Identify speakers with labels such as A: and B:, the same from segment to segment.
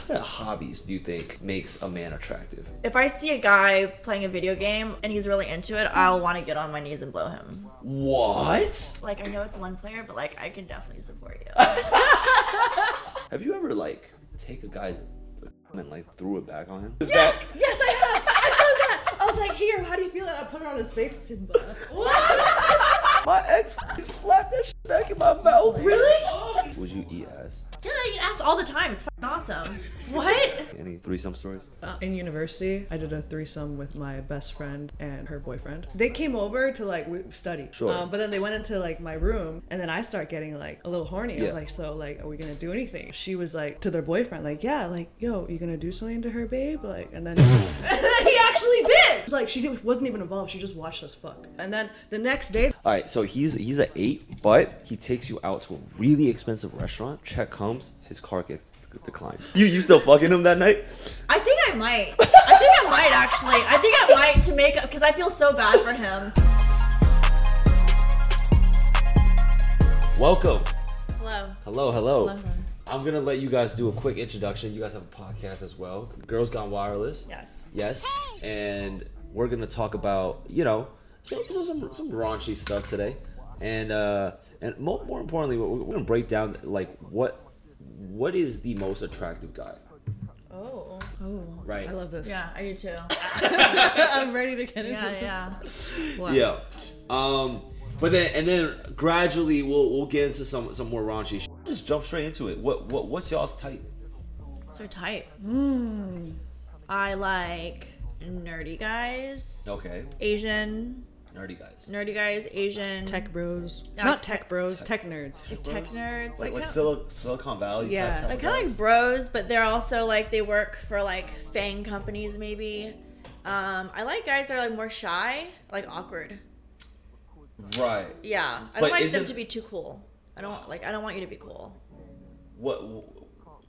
A: hobbies do you think makes a man attractive?
B: If I see a guy playing a video game and he's really into it, I'll want to get on my knees and blow him.
A: What?
B: Like, I know it's one player, but like, I can definitely support you.
A: Have you ever like take a guy's and like threw it back on him?
C: Yes, yes, I have. I've done that. I was like, here, how do you feel? And I put it on his face. Simba.
A: My ex f***ing slapped that shit back in my mouth.
B: Really?
A: Would you eat ass?
B: Yeah, I get asked all the time. It's fucking awesome. What?
A: Any threesome stories?
C: Uh, In university, I did a threesome with my best friend and her boyfriend. They came over to like w- study,
A: Sure.
C: um, but then they went into like my room, and then I start getting like a little horny. I was
A: Yeah.
C: like, so like, are we gonna do anything? She was like to their boyfriend, like, yeah, like, yo, you gonna do something to her, babe? Like, and then, and then he actually did. Like, she did, wasn't even involved. She just watched us fuck. And then the next day,
A: All right, so he's he's at eight, but he takes you out to a really expensive restaurant. Check comes, his car gets declined. You you still fucking him that night?
B: I think I might. I think I might actually. I think I might to make up because I feel so bad for him.
A: Welcome.
B: Hello.
A: Hello, hello.
B: Hello.
A: I'm gonna let you guys do a quick introduction. You guys have a podcast as well, Girls Gone Wireless.
B: Yes.
A: Yes, and we're gonna talk about you know some some some, some raunchy stuff today, and uh, and more, more importantly, we're, we're gonna break down like what what is the most attractive guy,
B: Oh.
A: right?
C: I love this.
B: Yeah, I do too.
C: I'm ready to get into
B: Yeah,
C: this.
B: yeah.
C: Wow.
A: Yeah. Um, but then and then gradually we'll we'll get into some some more raunchy. Sh- Just jump straight into it. What what what's y'all's type?
B: So type. I like nerdy guys,
A: Okay,
B: Asian
A: nerdy guys.
B: nerdy guys, Asian
C: Tech bros.
B: Yeah.
C: Not tech bros, tech nerds.
B: tech nerds.
A: Like like
B: kinda-
A: Sil- Silicon Valley
C: Yeah.
A: type. type
B: They're
A: of
B: kind of
A: guys.
B: like bros, but they're also like they work for like fang companies, maybe. Um, I like guys that are like more shy, like awkward.
A: right.
B: Yeah, I
A: But
B: don't like them
A: isn't-
B: to be too cool. I don't like. I don't want you to be cool.
A: What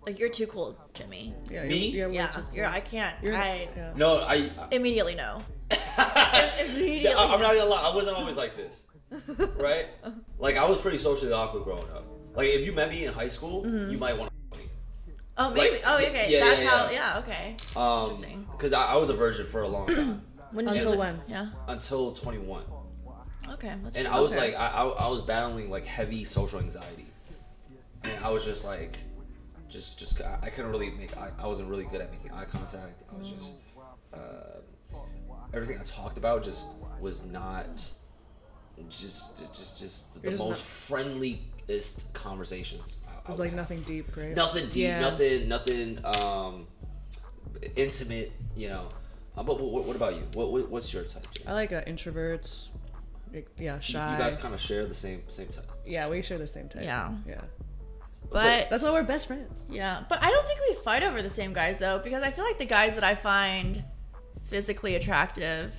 B: Like you're too cool, Jimmy.
C: Yeah,
A: Me?
C: you're- you're
B: Yeah,
C: too cool.
B: you're. I can't.
C: You're-
B: I
C: yeah.
A: No, I.
B: immediately know.
A: I
B: Immediately.
A: Yeah, I- I'm not gonna lie. I wasn't always like this, right? Like I was pretty socially awkward growing up. Like if you met me in high school,
B: Mm-hmm.
A: you might want to me.
B: oh, maybe.
A: like,
B: oh,
A: yeah,
B: okay.
A: yeah, yeah,
B: That's how.
A: yeah.
B: Yeah. Okay.
A: Um,
B: Interesting.
A: because I, I was a virgin for a long time
B: When did
C: Until
B: you,
C: when?
B: Yeah.
A: until 21,
B: Okay. That's
A: and I was
B: okay.
A: like, I, I, I was battling like heavy social anxiety, and I was just like, just, just I, I couldn't really make. I, I wasn't really good at making eye contact. I was just, uh, everything I talked about just was not, just, just, just the
C: You're just
A: most
C: not-
A: friendliest conversations. I,
C: It's like nothing deep, right?
A: nothing deep,
C: Yeah.
A: nothing, nothing um, intimate, you know. Uh, but what, what about you? What, what what's your type? Jay?
C: I like uh, introverts. like, Yeah, shy.
A: You guys kind of share the same same type.
C: yeah, we share the same type.
B: Yeah.
C: Yeah.
B: but
C: That's why we're best friends.
B: Yeah, but I don't think we fight over the same guys though, because I feel like the guys that I find physically attractive,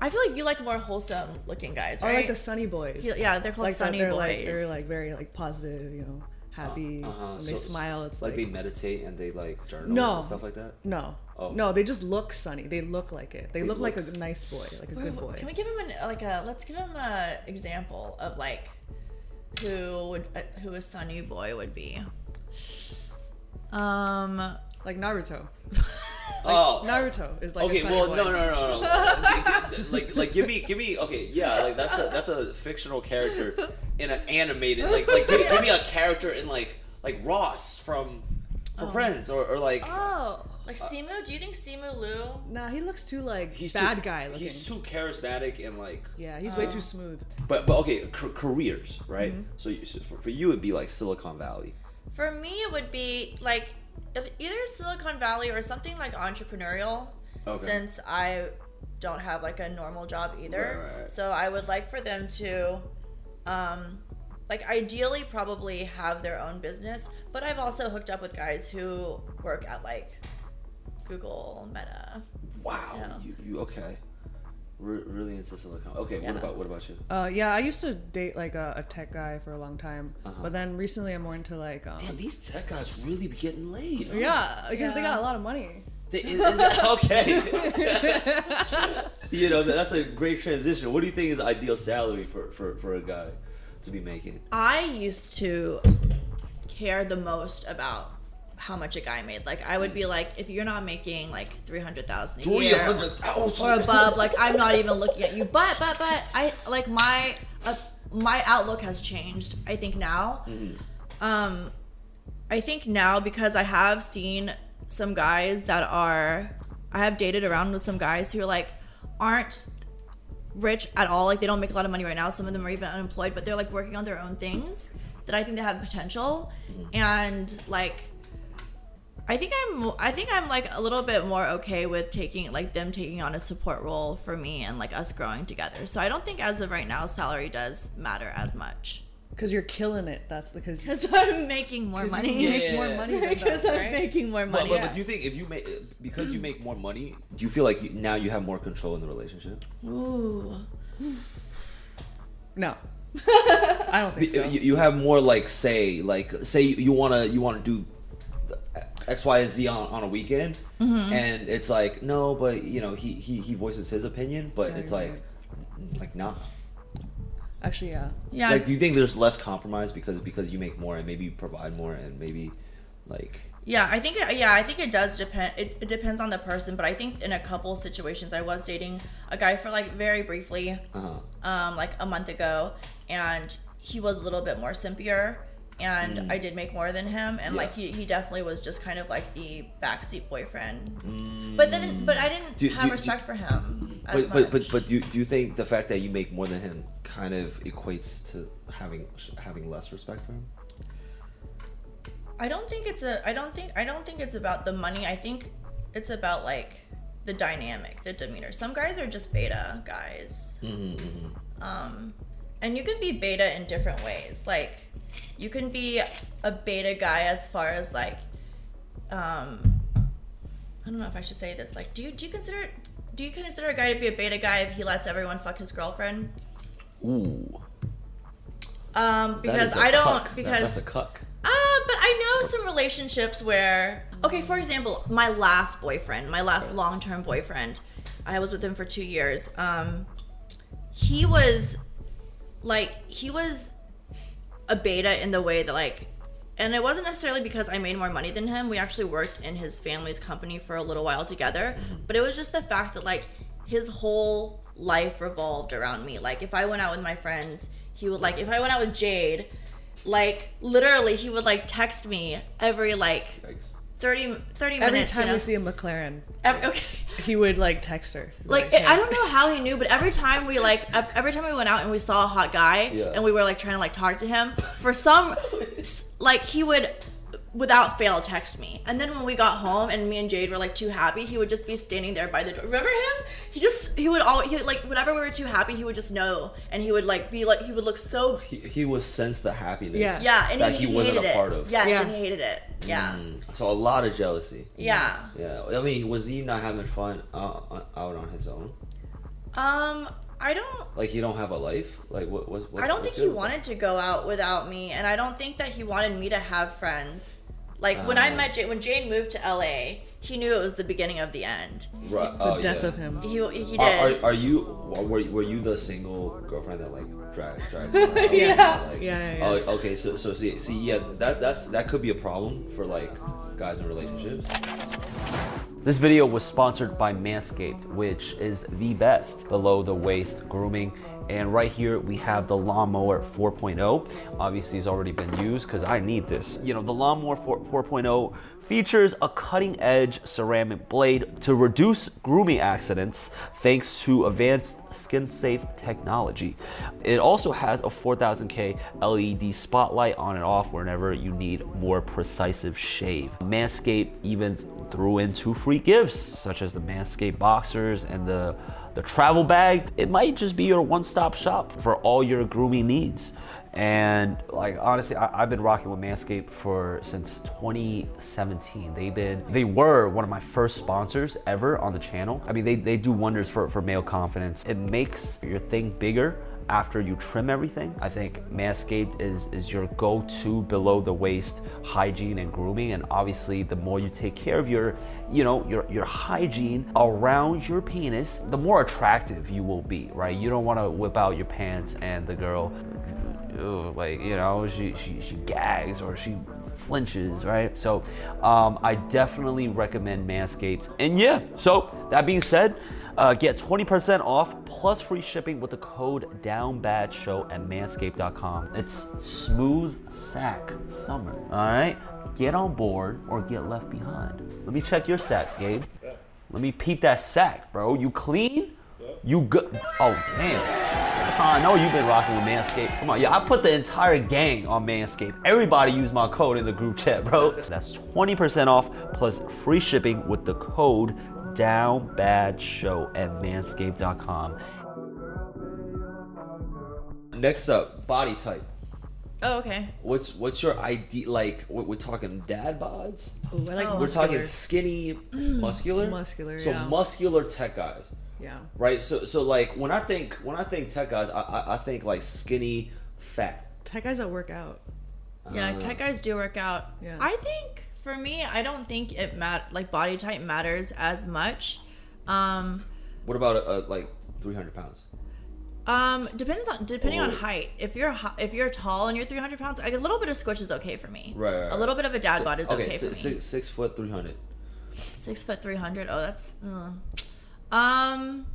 B: I feel like you like more wholesome looking guys,
C: Or
B: right?
C: like the sunny boys.
B: Yeah, yeah, they're called
C: like that-
B: sunny
C: they're
B: boys.
C: Like, they're like very like positive, you know, happy.
A: Uh-huh,
C: When they
A: so-
C: smile, it's
A: like
C: like,
A: they meditate and they like journal
C: No.
A: and stuff like that.
C: no,
A: Oh.
C: no, they just look sunny. They look like it. They,
A: They
C: look, like
A: look-
C: a nice boy, like a
B: Wait,
C: good
B: wh-
C: boy.
B: Can we give him an like a let's give him a example of like who would uh, who a sunny boy would be? Um,
C: Like Naruto.
A: oh,
C: Naruto is like a
A: okay.
C: sunny
A: Well,
C: boy.
A: no, no, no, no. like, like, give me, give me. Okay, yeah. Like that's a that's a fictional character in an animated. Like, like give, give me a character in like like Ross from from Friends or, or like
C: Oh,
B: like Simu, do you think Simu Lu?
C: nah, he looks too like
A: he's
C: bad
A: too,
C: guy looking.
A: He's too charismatic and like
C: yeah, he's
B: Oh.
C: way too smooth.
A: But but okay, ca- careers, right?
C: Mm-hmm.
A: So, you, so for, for you, it'd be like Silicon Valley.
B: For me, it would be like if- either Silicon Valley or something like entrepreneurial.
A: Okay.
B: Since I don't have like a normal job either,
A: Right, right, right.
B: so I would like for them to, um, like ideally probably have their own business. But I've also hooked up with guys who work at like Google, Meta.
A: Wow,
B: Yeah.
A: you, you okay? Re- really into Silicon. Okay,
B: Yeah.
A: what about what about you?
C: Uh, yeah, I used to date like a, a tech guy for a long time,
A: Uh-huh.
C: but then recently I'm more into like um,
A: Damn, these tech guys really be getting laid. huh?
C: yeah, because they
B: Yeah.
C: got a lot of money.
A: They- is- is- okay. you know that- that's a great transition. What do you think is ideal salary for for, for a guy to be making?
B: I used to care the most about how much a guy made. Like I would be like, if you're not making like three hundred thousand a
A: Three
B: year
A: hundred thousand
B: or above, like I'm not even looking at you. But but but I like my uh, my outlook has changed. I think now. Um, I think now because I have seen some guys that are I have dated around with some guys who like aren't rich at all. Like they don't make a lot of money right now. Some of them are even unemployed, but they're like working on their own things that I think they have potential. And like I think I'm I think I'm like a little bit more okay with taking like them taking on a support role for me and like us growing together. So I don't think as of right now salary does matter as much.
C: Because you're killing it. That's because you
B: Cuz I'm making more money.
A: yeah,
C: make more
A: yeah.
C: money than
B: Because
C: us,
B: I'm
C: right?
B: making more
A: But,
B: money.
A: but, but do you think if you make because you make more money, do you feel like you, now you have more control in the relationship?
B: Ooh.
C: No. I don't think
A: You,
C: so.
A: you- you have more like say like say you, you wanna you wanna do X Y and Z on, on a weekend,
B: Mm-hmm.
A: and it's like no, but you know he he, he voices his opinion, but
C: Yeah,
A: it's
C: you're
A: like like nah.
C: Actually, yeah.
B: Yeah.
A: Like, do you think there's less compromise because because you make more and maybe you provide more and maybe like
B: yeah, I think yeah, I think it does depend it, it depends on the person, but I think in a couple situations I was dating a guy for like very briefly
A: uh huh
B: um like a month ago and he was a little bit more simpier and
A: Mm.
B: I did make more than him and like he, he definitely was just kind of like the backseat boyfriend. But then but I didn't
A: Mm. Do-
B: have
A: do- do-
B: respect for him as
A: But, but but
B: much.
A: but do you, do you think the fact that you make more than him kind of equates to having having less respect for him?
B: I don't think it's a I don't think I don't think it's about the money. I think it's about like the dynamic, the demeanor. Some guys are just beta guys. Um and you can be beta in different ways. Like you can be a beta guy as far as like um I don't know if I should say this. Like do you do you consider do you consider a guy to be a beta guy if he lets everyone fuck his girlfriend?
A: Oow,
B: Um
A: that
B: because
A: is a
B: I don't
A: cuck. That-
B: because
A: that's a cuck.
B: Uh, but I know some relationships where, okay, for example, my last boyfriend, my last long term boyfriend, I was with him for two years. Um, he was like, he was a beta in the way that, like, and it wasn't necessarily because I made more money than him. We actually worked in his family's company for a little while together, but it was just the fact that, like, his whole life revolved around me. Like, if I went out with my friends, he would, like, if I went out with Jade, like literally he would like text me every like
A: Yikes.
B: 30 30
C: Every
B: minutes
C: time
B: you know?
C: we see a McLaren,
B: Every- okay
C: he would like text her.
B: like it, I don't know how he knew, but every time we like ev- every time we went out and we saw a hot guy
A: Yeah.
B: and we were like trying to like talk to him, for some s- like he would without fail text me. And then when we got home and me and Jade were like too happy, he would just be standing there by the door. Remember him? He just he would always he like whenever we were too happy, he would just know and he would like be like he would look so
A: He, he was sense the happiness
C: Yeah.
B: yeah and
A: that
B: he,
A: he, wasn't
B: hated
A: a part
B: it.
A: of.
B: Yes,
C: Yeah.
B: and he hated it. Yeah.
A: Mm, so a lot of jealousy.
B: Yeah.
A: Yeah, I mean, was he not having fun uh, on- out on his own?
B: Um, I don't.
A: Like he don't have a life? Like what? What's, what's
B: I don't
A: what's
B: think
A: good
B: he
A: with that?
B: wanted to go out without me, and I don't think that he wanted me to have friends. Like when I
A: Ah.
B: met Jane, when Jane moved to LA, he knew it was the beginning of the end.
A: Right,
C: The
A: oh,
C: death
A: yeah.
C: of him.
B: He he did.
A: Uh, Are, are, are you were, were you the single girlfriend that like drag dragged? him around?
B: Yeah.
A: Like,
C: Yeah, yeah, yeah.
A: Oh, okay. So so see see yeah that that's that could be a problem for like guys in relationships. This video was sponsored by Manscaped, which is the best below the waist grooming. And right here we have the Lawnmower 4.0. Obviously, it's already been used because I need this. You know, the Lawnmower 4, 4.0 features a cutting edge ceramic blade to reduce grooming accidents thanks to advanced skin safe technology. It also has a 4000K LED E spotlight on and off whenever you need more precise shave. Manscaped even threw in two free gifts, such as the Manscaped boxers and the, the travel bag. It might just be your one stop shop for all your grooming needs. And like honestly, I, I've been rocking with Manscaped for since 2017. They've been they were one of my first sponsors ever on the channel. I mean they, they do wonders for, for male confidence. It makes your thing bigger after you trim everything. I think Manscaped is is your go-to below the waist hygiene and grooming. And obviously the more you take care of your, you know, your your hygiene around your penis, the more attractive you will be, right? You don't want to whip out your pants and the girl Ew, like you know she, she she gags or she
D: flinches, right? So um, I definitely recommend Manscaped. And yeah, so that being said, uh, get 20% off plus free shipping with the code DownBadShow at manscaped.com. It's smooth sack summer, all right? Get on board or get left behind. Let me check your sack, Gabe. Let me peep that sack, bro. You clean? You good? Oh, damn. That's how I know you've been rocking with Manscaped. Come on, yeah, I put the entire gang on Manscaped. Everybody use my code in the group chat, bro. That's 20% off plus free shipping with the code DownBadShow at manscaped.com.
A: Next up, body type.
B: Oh, okay.
A: What's what's your ID? Like we're, we're talking dad bods.
C: Ooh, I like
B: Oh.
A: We're talking
C: muscular.
A: skinny, muscular,
C: Muscular,
A: So
C: yeah.
A: muscular tech guys,
C: Yeah.
A: right? So so like when I think when I think tech guys, I I, I think like skinny, fat.
C: Tech guys that work out.
B: Yeah,
A: uh,
B: tech guys do work out.
C: Yeah.
B: I think for me, I don't think it mat like body type matters as much. Um,
A: What about uh, like 300 pounds?
B: um, depends on depending on
A: Oh.
B: height. If you're hi- if you're tall and you're 300 pounds, like, a little bit of squish is okay for me.
A: Right, right, right.
B: A little bit of a dad bod is okay,
A: okay,
B: for
A: six,
B: me.
A: six, six foot 300.
B: Six foot three hundred. Oh, that's. ugh. Um,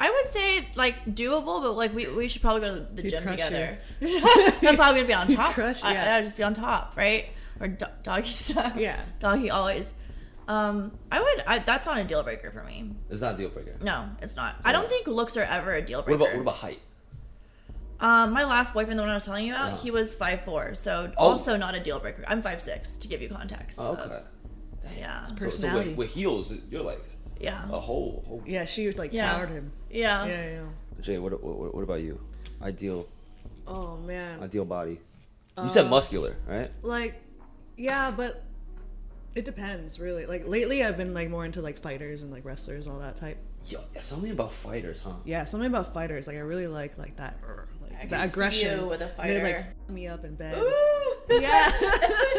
B: I would say like doable, but like we, we should probably go to the
C: You'd
B: gym
C: crush
B: together. that's why I'm gonna be on
C: You'd
B: top.
C: crush,
B: I,
C: yeah.
B: I'd just be on top, right? Or do- doggy stuff.
C: Yeah.
B: doggy always. Um, I would. I, that's not a deal breaker for me.
A: It's not a deal breaker.
B: No, it's not. I don't think looks are ever a deal
A: What
B: breaker.
A: about what about height?
B: Um, my last boyfriend, the one I was telling you about,
A: Uh-huh.
B: he was five four, so
A: Oh.
B: also not a deal breaker. I'm five six, to give you context.
A: Oh,
B: of-
A: okay.
B: yeah.
A: So, so
C: Personality.
A: with, with heels, you're like
B: Yeah.
A: a whole. whole.
C: Yeah, she like
B: Yeah. Um,
C: towered him.
B: Yeah.
C: Yeah, yeah.
A: Jay, what, what what about you? Ideal
C: Oh man.
A: ideal body. You
B: Um,
A: said muscular, right?
C: like yeah but it depends really like lately i've been like more into like fighters and like wrestlers all that type
A: Yo, yeah, something about fighters, huh?
C: yeah something about fighters like i really like like that "Urgh,"
B: I
C: like
B: can
C: the
B: see
C: aggression
B: you with a
C: And they like
B: fighter.
C: f- me up in bed
B: Yeah.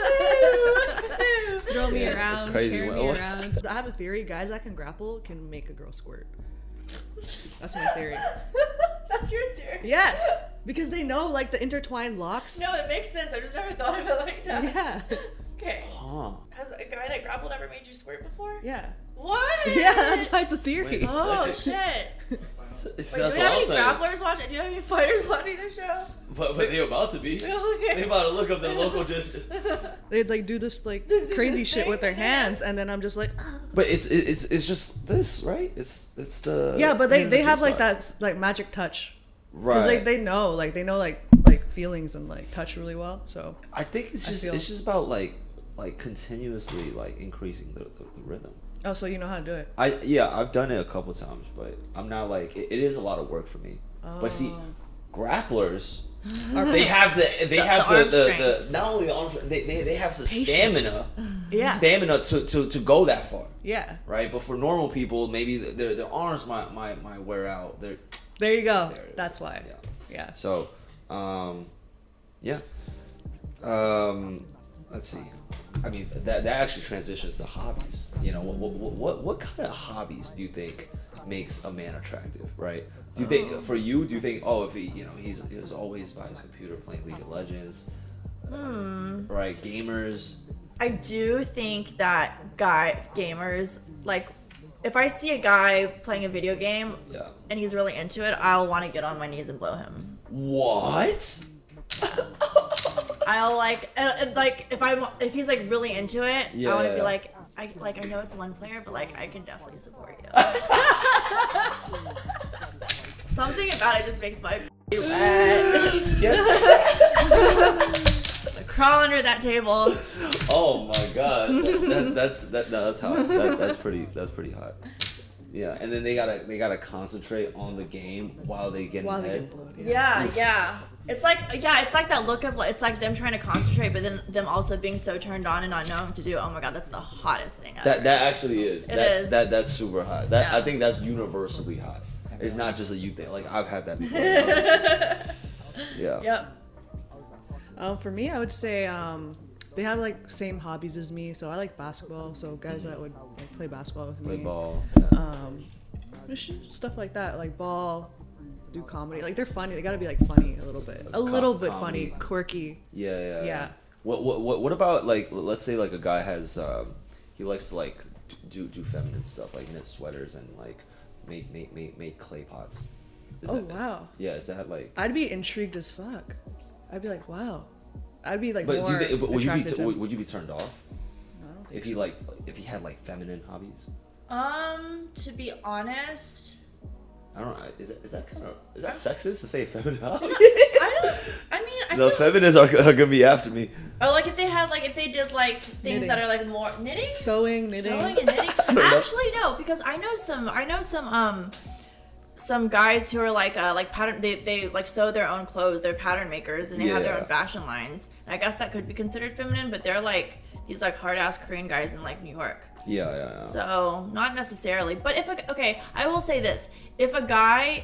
C: throw me
A: Yeah, that's
C: around
A: crazy.
C: carry
A: Well-
C: me around i have a theory guys that can grapple can make a girl squirt that's my theory
B: That's your theory.
C: yes because they know like the intertwined locks
B: No, it makes sense. I've just never thought of it like that.
C: yeah
B: Okay.
A: Huh.
B: Has a guy that grappled ever made you squirt before?
C: yeah
B: What?
C: yeah that's why it's a theory
A: Wait,
B: Oh
A: That's-
B: shit. Wait,
A: That's
B: do we have any grapplers watching? Do you have any fighters watching this show?
A: But, but they about to be. They about to look up their local judge.
C: they'd like do this like crazy shit with their hands and then i'm just like
A: But it's it's it's just this, right? It's it's the
C: yeah but they,
A: the
C: they have
A: G-spot.
C: like that s- like magic touch
A: right.
C: because like they know like they know like like feelings and like touch really well so
A: I think it's
C: I
A: just
C: feel-
A: it's just about like like continuously like increasing the, the, the rhythm.
C: oh so you know how to do it
A: I yeah, I've done it a couple times, but I'm not like it, it is a lot of work for me. But see,
C: Oh.
A: grapplers
C: Our-
A: they have the they have
B: the
A: the,
B: arm
A: the, the,
B: strength.
A: not only the arm strength, they, they they have the
C: Patience.
A: stamina
C: yeah
A: stamina to, to to go that far.
C: yeah
A: Right, but for normal people, maybe their their arms might might, might wear out. Their
C: there you go
A: There it is.
C: that's why
A: yeah.
C: yeah
A: So, um, yeah. Um, let's see. I mean, that, that actually transitions to hobbies. You know, what, what, what, what kind of hobbies do you think makes a man attractive, right? Do you think, for you, do you think, oh, if he, you know, he's, he was always by his computer playing League of Legends, right? Gamers.
B: I do think that guy gamers like if I see a guy playing a video game
A: Yeah.
B: and he's really into it, I'll want to get on my knees and blow him.
A: What?
B: I'll like and, and, like if I'm if he's like really into it, I want to be
A: Yeah.
B: like I like I know it's one player, but like I can definitely support you. Something about it just makes my wet.
A: Yes.
B: Crawl under that table.
A: oh my god. That, that's that, no, that's hot. That, that's pretty that's pretty hot. Yeah, and then they gotta they gotta concentrate on the game while they get
C: while
A: in
C: they
A: head.
C: get blown yeah.
B: Yeah, yeah. It's like yeah, it's like that look of like it's like them trying to concentrate, but then them also being so turned on and not knowing what to do. Oh my god, that's the hottest thing ever.
A: That that actually is.
B: It
A: that,
B: is.
A: that that's super hot. That I
B: Yeah.
A: think that's universally hot. It's not just a you thing. Like I've had that before. yeah.
B: yep.
C: um for me i would say um they have like same hobbies as me so i like basketball so guys that would like play basketball with
A: Play
C: me
A: ball.
C: um just stuff like that like ball do comedy like they're funny they gotta be like funny a little bit a little bit
A: comedy.
C: funny quirky
A: Yeah, yeah.
C: yeah
A: What what what, what about like l- let's say like a guy has um, he likes to like d- do do feminine stuff like knit sweaters and like make make make, make clay pots. Is
C: Oh,
A: that-
C: wow.
A: Yeah, is that like?
C: I'd be intrigued as fuck. I'd be like, wow. I'd be like,
A: But do
C: more
A: you think, but would you be
C: attracted
A: t-
C: to
A: would,
C: him.
A: would you be turned off
C: I don't think
A: if he like if he had like feminine hobbies?
B: Um, to be honest,
A: I don't know. Is that, is that kind of is that sexist to say feminine hobbies?
B: I don't. I mean, I
A: the
B: feel,
A: feminists are, are gonna be after me.
B: oh, like if they had like if they did like things
C: Knitting.
B: that are like more knitting,
C: sewing, knitting.
B: sewing and knitting.
A: don't know.
B: Actually, no, because I know some. I know some. Um, some guys who are like uh, like pattern. They they like sew their own clothes. They're pattern makers and they have their
A: Yeah.
B: own fashion lines. And I guess that could be considered feminine, but they're like these like hard ass Korean guys in like New York.
A: Yeah, yeah, yeah.
B: So not necessarily, but if a, okay, I will say this: if a guy,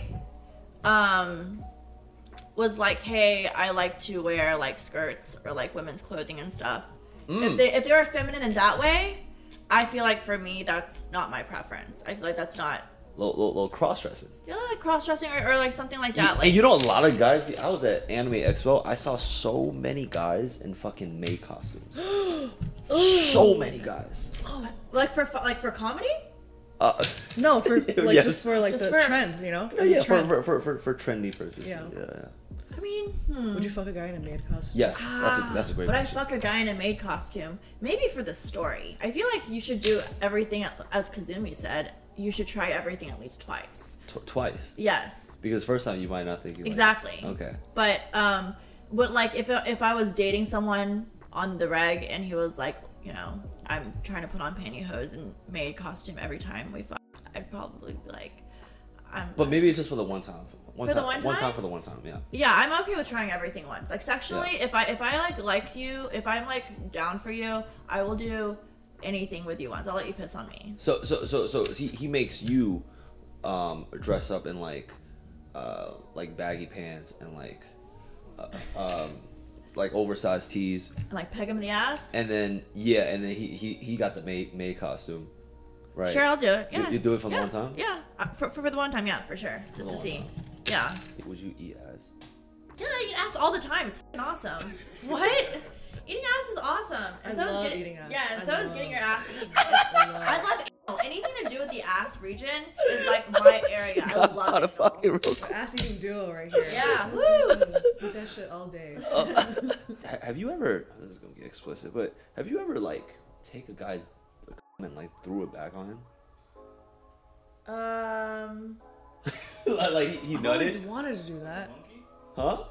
B: um, was like, "Hey, I like to wear like skirts or like women's clothing and stuff,"
A: Mm.
B: if they if they are feminine in that way, I feel like for me that's not my preference. I feel like that's not
A: little, little, little cross dressing.
B: you know, like cross dressing or, or like something like that.
A: and
B: Like
A: you know, a lot of guys. I was at Anime Expo. I saw so many guys in fucking May costumes. so many guys.
B: oh, like for fu- like for comedy.
A: Uh,
C: No, for like
A: Yes.
C: just for like
B: Just
C: the
B: for-
C: trend, you know? As a
A: yeah, for,
C: trend.
A: for, for, for, for trendy purposes. Yeah.
C: Yeah.
A: yeah,
B: I mean, hmm.
C: Would you fuck a guy in a maid costume?
A: Yes, that's a, that's a great.
B: Would Um, I
A: question.
B: fuck a guy in a maid costume? Maybe for the story. I feel like you should do everything, as Kazumi said. You should try everything at least twice.
A: Tw- twice
B: Yes,
A: because first time you might not think you like it.
B: exactly.
A: Okay.
B: But um, but like if if I was dating someone on the reg and he was like, you know, I'm trying to put on pantyhose and maid costume every time we fuck, I'd probably be like, I'm.
A: But maybe it's just for the one time. One
B: For the
A: time,
B: one
A: One
B: time?
A: time for the one time. Yeah.
B: yeah, I'm okay with trying everything once. Like sexually, if I if I like like you, if I'm like down for you, I will do anything with you once. I'll let you piss on me.
A: So so so so he, he makes you um, dress up in like uh, like baggy pants and like uh, um, like oversized tees,
B: And like peg him in the ass.
A: and then yeah, and then he he, he got the maid maid costume, right?
B: Sure, I'll do it.
A: You-
B: Yeah.
A: you do it for the
B: yeah.
A: one time?
B: Yeah, Uh, for, for, for the one time, yeah, for sure, just
A: the one
B: to see.
A: time.
B: Yeah.
A: Would you eat ass?
B: Yeah, I eat ass all the time. It's fucking awesome. what? Eating ass is awesome. And
C: I
B: so is
C: love
B: getting,
C: eating ass.
B: Yeah, and
C: I
B: so is getting
C: love-
B: your ass eaten.
C: I love-
B: I love anal. Anything to do with the ass region is like my area. I love
A: Out
B: anal.
A: of fucking real quick.
C: Ass eating duo right here.
B: Yeah, woo.
C: Eat that shit all day.
A: Uh, Ha- Have you ever? This is gonna get explicit, but have you ever like take a guy's and like threw it back on him?
B: Um,
A: like like, he, he
C: I always
A: nutted,
C: wanted to do that.
A: huh?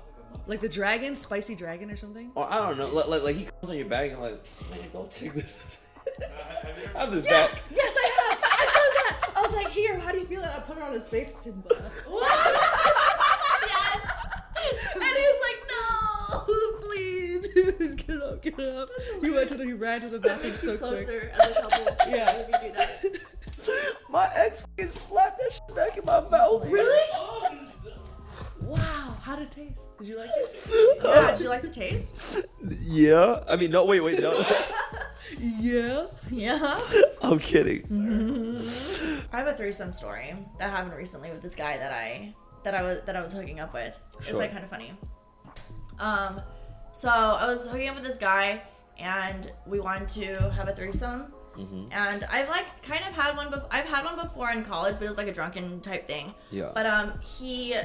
C: Like the dragon, spicy dragon or something.
A: Or I don't know, like, like, like he comes on your bag and like, man, go take this. I have this
C: Yes,
A: back.
C: yes, I have. I've done that. I was like, here, how do you feel that? I put it on his face, Simba.
B: yes.
C: And he was like, no, please, get it up, get it up. He went to the, he ran to the bathroom so quick.
B: Closer as a couple.
C: Yeah.
B: If you do that.
A: My ex fucking slapped that shit back in my mouth.
C: Really? Wow, how'd it taste? Did you like it?
A: Oh.
B: Yeah, did you like the taste?
A: Yeah. I mean, no. Wait, wait, no.
C: Yeah.
B: Yeah.
A: I'm kidding.
B: I have a threesome story that happened recently with this guy that I that I was that I was hooking up with. It's
A: Sure.
B: like kind of funny. Um, so I was hooking up with this guy, and we wanted to have a threesome. And I've like kind of had one. Bef- I've had one before in college, but it was like a drunken type thing.
A: Yeah.
B: But um, he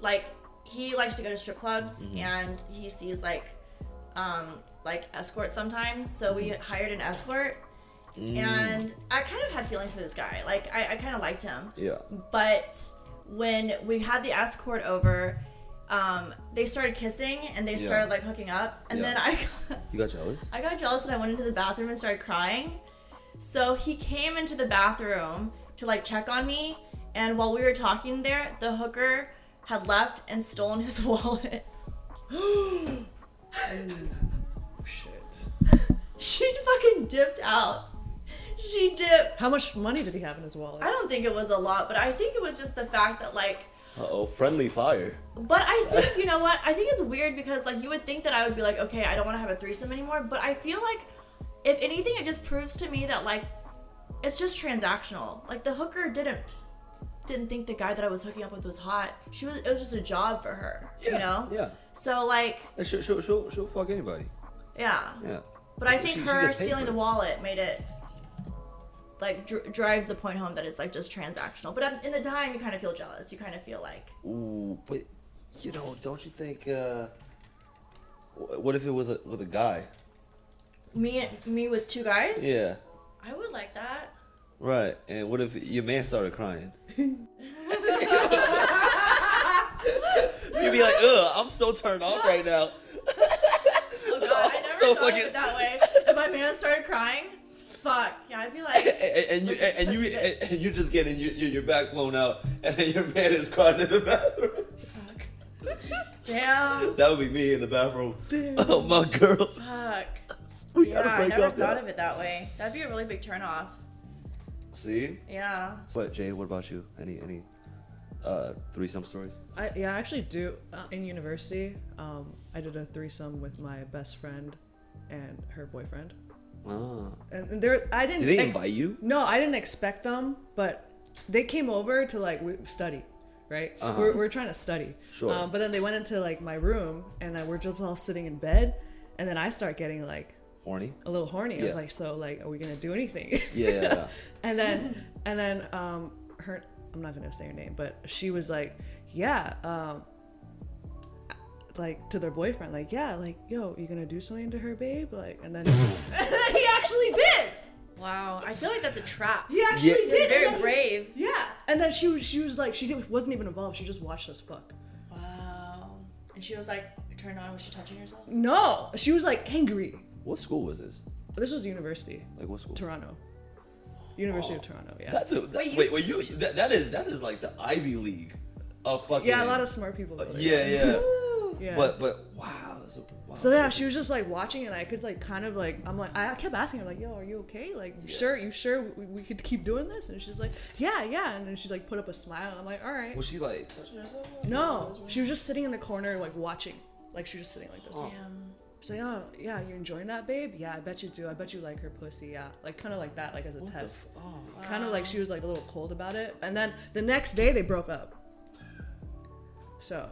B: like he likes to go to strip clubs,
A: Mm-hmm.
B: and he sees like um like escorts sometimes. So we
A: Mm-hmm.
B: hired an escort
A: Mm.
B: and I kind of had feelings for this guy. Like I, I kind of liked him,
A: Yeah.
B: but when we had the escort over, um, they started kissing and they
A: Yeah.
B: started like hooking up, and
A: Yeah.
B: then I got,
A: You got jealous?
B: I got jealous and I went into the bathroom and started crying. So he came into the bathroom to like check on me, and while we were talking there, the hooker had left and stolen his wallet.
C: Oh, Shit.
B: She fucking dipped out. She dipped.
C: How much money did he have in his wallet?
B: I don't think it was a lot, but I think it was just the fact that like
A: Uh oh, friendly fire.
B: but I think you know what? I think it's weird because like you would think that I would be like, okay, I don't want to have a threesome anymore, but I feel like if anything it just proves to me that like it's just transactional. Like the hooker didn't didn't think the guy that I was hooking up with was hot. She was it was just a job for her, you know?
A: Yeah.
B: So like
A: And She'll, she'll, she'll, she'll fuck anybody.
B: Yeah.
A: Yeah.
B: But I
A: She-
B: think
A: she
B: her
A: gets paid
B: stealing
A: for
B: the
A: it.
B: wallet made it like dr- drives the point home that it's like just transactional. But at- in the time, you kind of feel jealous. You kind of feel like
A: Ooh, but you know, don't you think? uh wh- What if it was a, with a guy?
B: me, me with two guys.
A: Yeah.
B: I would like that.
A: Right. And what if your man started crying? You'd be like, ugh, I'm so turned off right now.
B: Oh god, I never
A: So
B: thought of
A: fucking-
B: it that way. If my man started crying, fuck yeah, I'd be like,
A: And, and you
B: Listen,
A: and, you
B: listen,
A: and, and you're just getting your, your your back blown out, and then your man is crying in the bathroom.
B: fuck, damn,
A: That would be me in the bathroom. Oh my girl,
B: fuck.
A: we
B: Yeah,
A: gotta
B: I
A: break
B: never
A: up.
B: thought
A: now.
B: of it that way. That'd be a really big turnoff.
A: See?
B: Yeah.
A: What Jade? What about you? Any any uh threesome stories?
C: I, yeah, I actually do. Uh, in university, um, I did a threesome with my best friend and her boyfriend.
A: Ah.
C: And, and there, I didn't.
A: Did they
C: ex-
A: invite you?
C: No, I didn't expect them, but they came over to like we- study, right? We're, we're trying to study.
A: Uh-huh. Sure.
C: Um, but then they went into like my room, and uh, we're just all sitting in bed, and then I start getting like
A: Horny?
C: a little horny. I was
A: Yeah.
C: like, so like, are we gonna do anything?
A: Yeah. yeah, yeah.
C: and then and then um her i'm not gonna say her name but she was like yeah um like to their boyfriend like yeah like yo you gonna do something to her babe like and then he actually did
B: Wow. I feel like that's a trap.
C: he actually
A: Yeah.
C: did and
B: Very
C: then-
B: brave.
C: yeah and then she was she was like she did, wasn't even involved she just watched us fuck
B: Wow. And she was like turned on. Was she touching herself?
C: no she was like angry
A: what school was this?
C: this was university
A: Like what school?
C: toronto university of toronto yeah
A: That's a
B: Wait, you-
A: wait. Wait, you that, that is that is like the Ivy League of fucking.
C: yeah a lot of smart people go there.
A: Yeah, yeah.
C: yeah
A: But but wow. that's a- wow.
C: So yeah, she was just like watching, and I could like kind of like I'm like I kept asking her like, "Yo, are you okay? Like, you
A: Yeah.
C: sure, you sure we, we could keep doing this?" And she's like, "Yeah, yeah." And then she's like put up a smile, and I'm like, "All right."
A: was she like touching herself?
C: no, she was just sitting in the corner like watching, like she was just sitting like this.
A: Oh.
B: Damn.
C: She's like, "Oh, yeah, you enjoying that, babe? Yeah, I bet you do. I bet you like her pussy. Yeah, like kind of like that, like as a
A: What the
C: test.
A: f- oh.
C: kind of like she was like a little cold about it. And then the next day they broke up. So,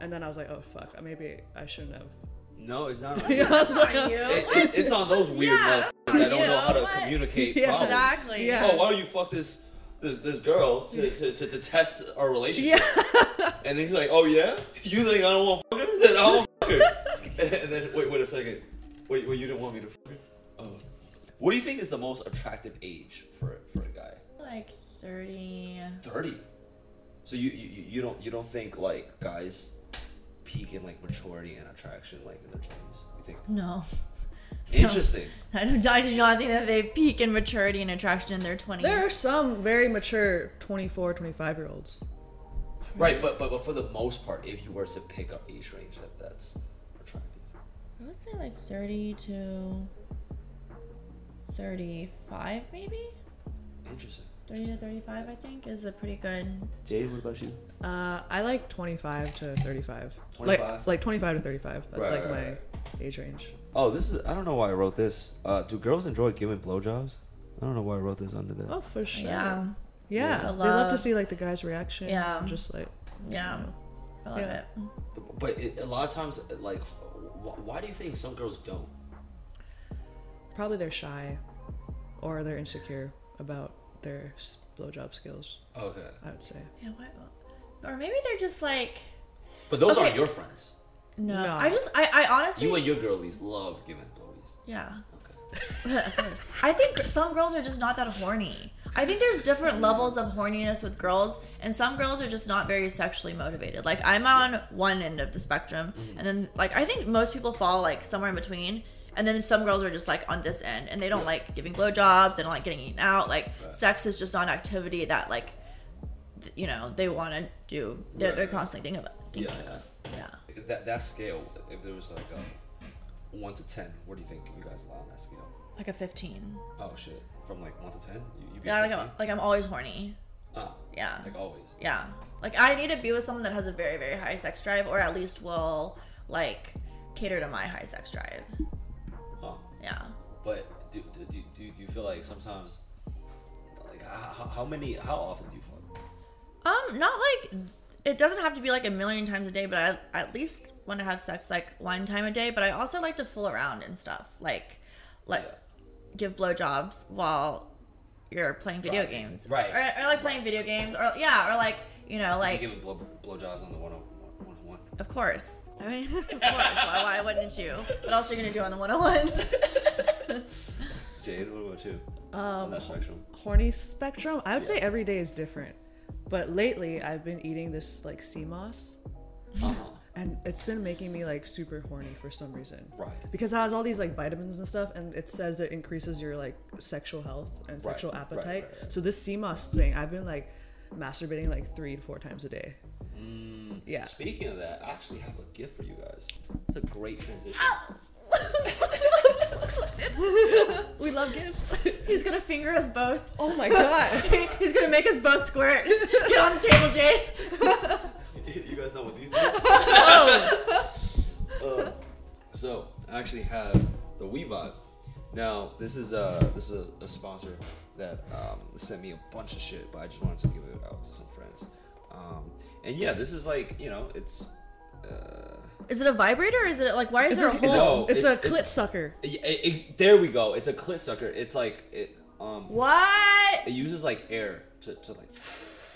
C: and then I was like, "Oh fuck, maybe I shouldn't have."
A: No, it's not.
C: I was like,
B: On you.
A: It- it- it's on those weird
B: Yeah.
A: motherfuckers that don't know how to
B: Yeah, what?
A: communicate
C: Yeah.
A: problems.
B: Exactly.
C: Yeah.
A: Oh, why don't you fuck this this this girl to, to, to, to test our relationship? And then he's like, oh yeah, you think I don't want to fuck her? Then I don't fuck her. and then wait, wait a second. Wait, wait, you didn't want me to fuck her? Oh. What do you think is the most attractive age for for a guy?
B: Like 30.
A: Thirty. So you, you you- you don't you don't think like guys peak in like maturity and attraction like in their twenties? You think
B: No.
A: interesting?
B: I, don't, I do not think that they peak in maturity and attraction in their 20s.
C: There are some very mature 24, 25 year olds.
A: Right, but, but but for the most part, if you were to pick up age range, that, that's attractive.
B: I would say like 30 to 35, maybe?
A: Interesting.
B: 30 to 35, I think, is a pretty good.
A: Jade, what about you?
C: Uh, I like 25 to 35.
A: 25?
C: Like, like 25 to 35. That's
A: Right,
C: like
A: right,
C: my
A: right.
C: age range.
A: Oh, this is. I don't know why I wrote this. Uh, do girls enjoy giving blowjobs? I don't know why I wrote this under there.
C: Oh, for sure.
B: Yeah. I
C: Yeah. They love to
B: love-
C: see like the guy's reaction.
B: Yeah.
C: Just like,
B: Yeah. I love
C: Yeah.
B: it.
A: But it, a lot of times, like, wh- why do you think some girls don't?
C: probably they're shy or they're insecure about their s- blowjob skills,
A: Okay.
C: I would say.
B: Yeah, what? Or maybe they're just like.
A: But those
B: Okay.
A: aren't your friends.
B: No.
C: No.
B: I just, I, I honestly.
A: You and your girlies love giving blowies.
B: yeah.
A: Okay.
B: I think some girls are just not that horny. I think there's different levels of horniness with girls, and some girls are just not very sexually motivated. Like I'm on one end of the spectrum,
A: Mm-hmm.
B: and then like I think most people fall like somewhere in between. And then some girls are just like on this end, and they don't like giving blowjobs. They don't like getting eaten out. Like sex is just not an activity that like, th- you know, they want to do. They're,
A: Right.
B: they're constantly thinking about.
A: Yeah,
B: Thinking
A: yeah.
B: About, yeah.
A: That that scale, if there was like a one to ten, where do you think you guys lie on that scale?
B: Like a 15.
A: Oh shit! From like one to ten, you, you be
B: Yeah. Like
A: 15?
B: I'm, like I'm always horny.
A: Ah,
B: Yeah.
A: like always.
B: yeah like i need to be with someone that has a very very high sex drive or at least will like cater to my high sex drive
A: Huh.
B: yeah
A: But do, do, do, do you feel like sometimes, like how, how many, how often do you fuck?
B: um not like it doesn't have to be like a million times a day, but I at least want to have sex like one time a day. But I also like to fool around and stuff, like like give blowjobs while you're playing video
A: Driving.
B: games,
A: Right.
B: Or, or like playing video games, or yeah, or like you know,
A: I
B: like
A: give it blow blowjobs on the one on one. on one.
B: of course. I mean, of course. Why, why wouldn't you? What else are you gonna do on the 101?
A: Jade, what about you? On
C: Um,
A: that spectrum.
C: horny spectrum. I would say every day is different, but lately I've been eating this like sea moss,
A: Uh-huh.
C: and it's been making me like super horny for some reason.
A: Right.
C: Because it has all these like vitamins and stuff, and it says it increases your like sexual health and sexual
A: right,
C: appetite.
A: right, right.
C: So this sea moss thing, I've been like masturbating like three to four times a day.
A: Mm.
C: Yeah.
A: Speaking of that, I actually have a gift for you guys. It's a great transition.
C: We love gifts.
B: He's gonna finger us both.
C: oh my god.
B: He's gonna make us both squirt. Get on the table, Jade.
A: you guys know what these do. Um, so I actually have the WeVibe. Now this is uh this is a, a sponsor that um, sent me a bunch of shit, but I just wanted to give it out to some friends. Um, and yeah, this is like you know it's. Uh,
B: Is it a vibrator? Is it like why is there a
C: It's a-
B: whole?
A: No,
C: it's,
A: it's-
C: a clit
A: it's-
C: sucker.
A: y- it- it- there we go. It's a clit sucker. It's like it um
B: What?
A: it uses like air to, to like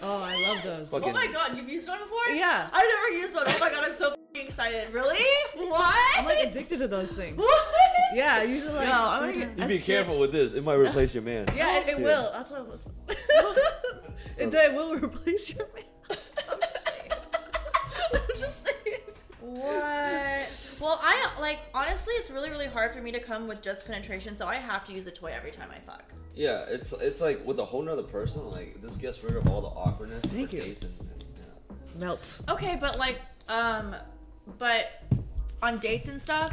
C: Oh, I love those.
A: Fucking-
B: Oh my god, you've used one before?
C: Yeah.
B: I've never used one. Oh my god, I'm so f***ing excited. Really? What?
C: I'm like addicted to those things.
B: What?
C: Yeah, I usually like.
B: No, I'm gonna get
A: You
B: a
A: be
B: sick-
A: careful with this. It might replace your man.
C: Yeah, it, it
A: Yeah.
C: will. That's what. it, it will replace your man. I'm just saying. I'm just saying.
B: What? Well, I like honestly, it's really really hard for me to come with just penetration, so I have to use a toy every time I fuck.
A: Yeah, it's it's like with a whole nother person. Like this gets rid of all the awkwardness.
C: Thank
A: for
C: you.
A: Dates and, and, yeah.
C: Melt.
B: Okay, but like, um, but on dates and stuff,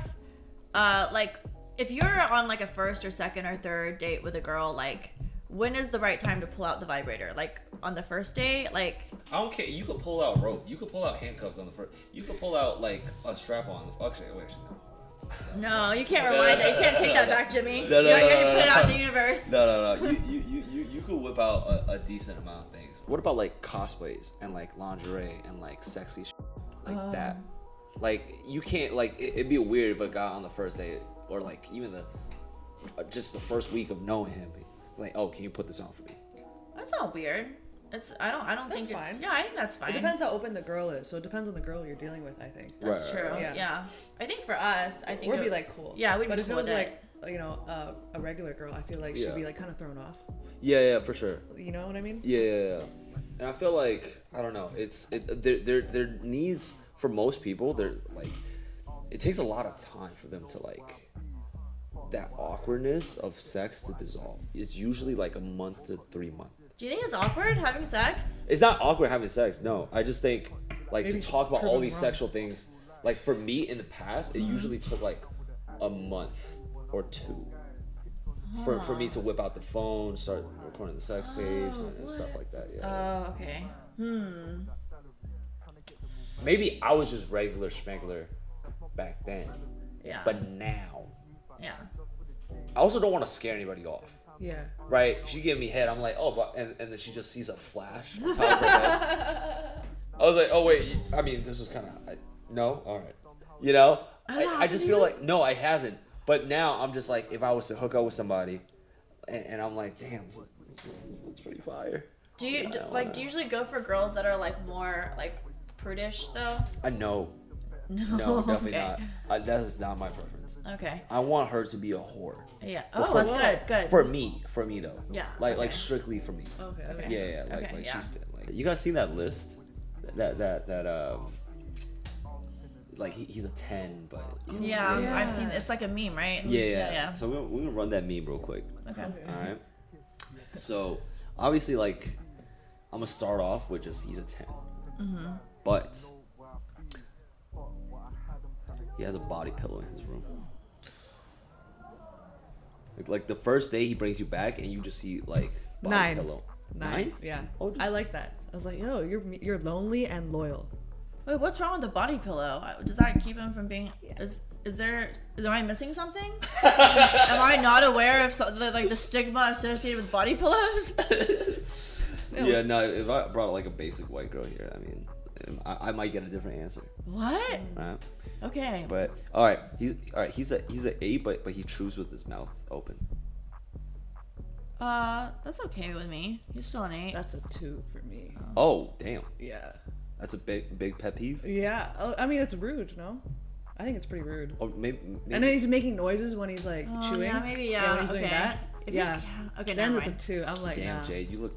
B: uh, like if you're on like a first or second or third date with a girl, like when is the right time to pull out the vibrator? Like on the first date, like
A: I don't care. You could pull out rope. You could pull out handcuffs on the first. You could pull out like a strap on. Actually, wait, actually,
B: no, you can't rewind that. You can't take that back, Jimmy.
A: No, no,
B: you
A: no, no,
B: have to put it
A: no,
B: out in
A: no.
B: the universe.
A: no, no, no. you, you, you, you, you could whip out a, a decent amount of things. What about like cosplays and like lingerie and like sexy sh- like
C: Um.
A: that? Like you can't like it, it'd be weird if a guy on the first day or like even the uh, just the first week of knowing him, like oh, can you put this on for me?
B: That's not weird. It's I don't I don't
C: That's
B: think it's-
C: fine.
B: Yeah, I think that's fine.
C: It depends how open the girl is. So it depends on the girl you're dealing with. I think.
B: That's
A: Right,
B: true.
A: right,
B: Yeah.
C: right.
B: I think for us, I think
C: We'd
B: it-
C: be like cool.
B: Yeah, we'd
C: But
B: be
C: if
B: cool
C: it was
B: with
C: like you know uh, a regular girl, I feel like she'd
A: Yeah.
C: be like kind of thrown off.
A: Yeah, yeah, for sure.
C: You know what I mean?
A: Yeah, yeah, yeah. And I feel like I don't know. It's it, there, there, there needs for most people. There like it takes a lot of time for them to like that awkwardness of sex to dissolve. It's usually like a month to three month.
B: Do you think it's awkward having sex?
A: It's not awkward having sex. No, I just think like
C: Maybe
A: to talk about
C: prove
A: all
C: them
A: these
C: wrong.
A: sexual things. Like for me in the past, it usually took like a month or two. For, for me to whip out the phone, start recording the sex tapes and, and stuff like that. Yeah.
B: Oh, okay. Hmm.
A: Maybe I was just regular schmegler back then,
B: Yeah.
A: but now
B: yeah.
A: I also don't want to scare anybody off.
C: Yeah.
A: Right? She gave me head. I'm like, oh, but and, and then she just sees a flash. on top of her head. I was like, oh wait. you- I mean, this was kind of no. All right. You know, I, I just feel like no, I hasn't. But now I'm just like, if I was to hook up with somebody, and, and I'm like, damn, this this looks pretty fire.
B: Do you do,
A: don't
B: like?
A: know.
B: Do you usually go for girls that are like more like prudish though?
A: I know. No, definitely
B: okay.
A: not. I, that is not my preference.
B: Okay.
A: I want her to be a whore.
B: Yeah.
A: But
B: Oh,
A: for-
B: that's good. Good.
A: For me, for me though.
B: Yeah,
A: Like like
B: okay. Oh,
A: strictly for me.
C: Okay. that makes
A: yeah,
C: sense.
A: yeah, like
B: Okay,
A: like
B: yeah.
A: she's like you guys seen that list? That that that um like he, he's a ten, but you know,
B: yeah,
C: Yeah.
B: I've seen. It's like a meme, right?
A: yeah, yeah.
B: Yeah.
A: So we're gonna, we're gonna run that meme real quick.
B: Okay.
A: All right. So obviously, like I'm gonna start off with just he's a 10
C: Mm-hmm.
A: but he has a body pillow in his room. Like, like the first day he brings you back, and you just see like body
C: Nine.
A: pillow.
C: Nine. Yeah.
A: Oh, just-
C: I like that. I was like, yo, you're you're lonely and loyal.
B: Wait, what's wrong with the body pillow? Does that keep him from being? Is is there? Am I missing something? am I not aware of some, the, like the stigma associated with body pillows?
A: Yeah, no. If I brought like a basic white girl here, I mean, um, I, I might get a different answer.
E: What?
A: Right?
E: Okay.
A: But all right, he's all right. He's a he's a A, but but he chews with his mouth open.
E: Uh, that's okay with me. He's still an eight.
C: That's a two for me.
A: Oh damn,
C: Yeah.
A: that's a big big pet peeve.
C: Yeah. Oh, I mean, it's rude, no? I think it's pretty rude.
A: Or Oh, maybe, maybe
C: And then he's making noises when he's like
E: Oh,
C: chewing.
E: Yeah, maybe yeah.
C: when he's
E: okay.
C: doing that.
E: If
C: yeah.
E: He's, yeah. Okay,
C: Then
E: never
C: it's a
E: mind.
C: two. I'm like,
A: damn
C: nah.
A: Jade, you look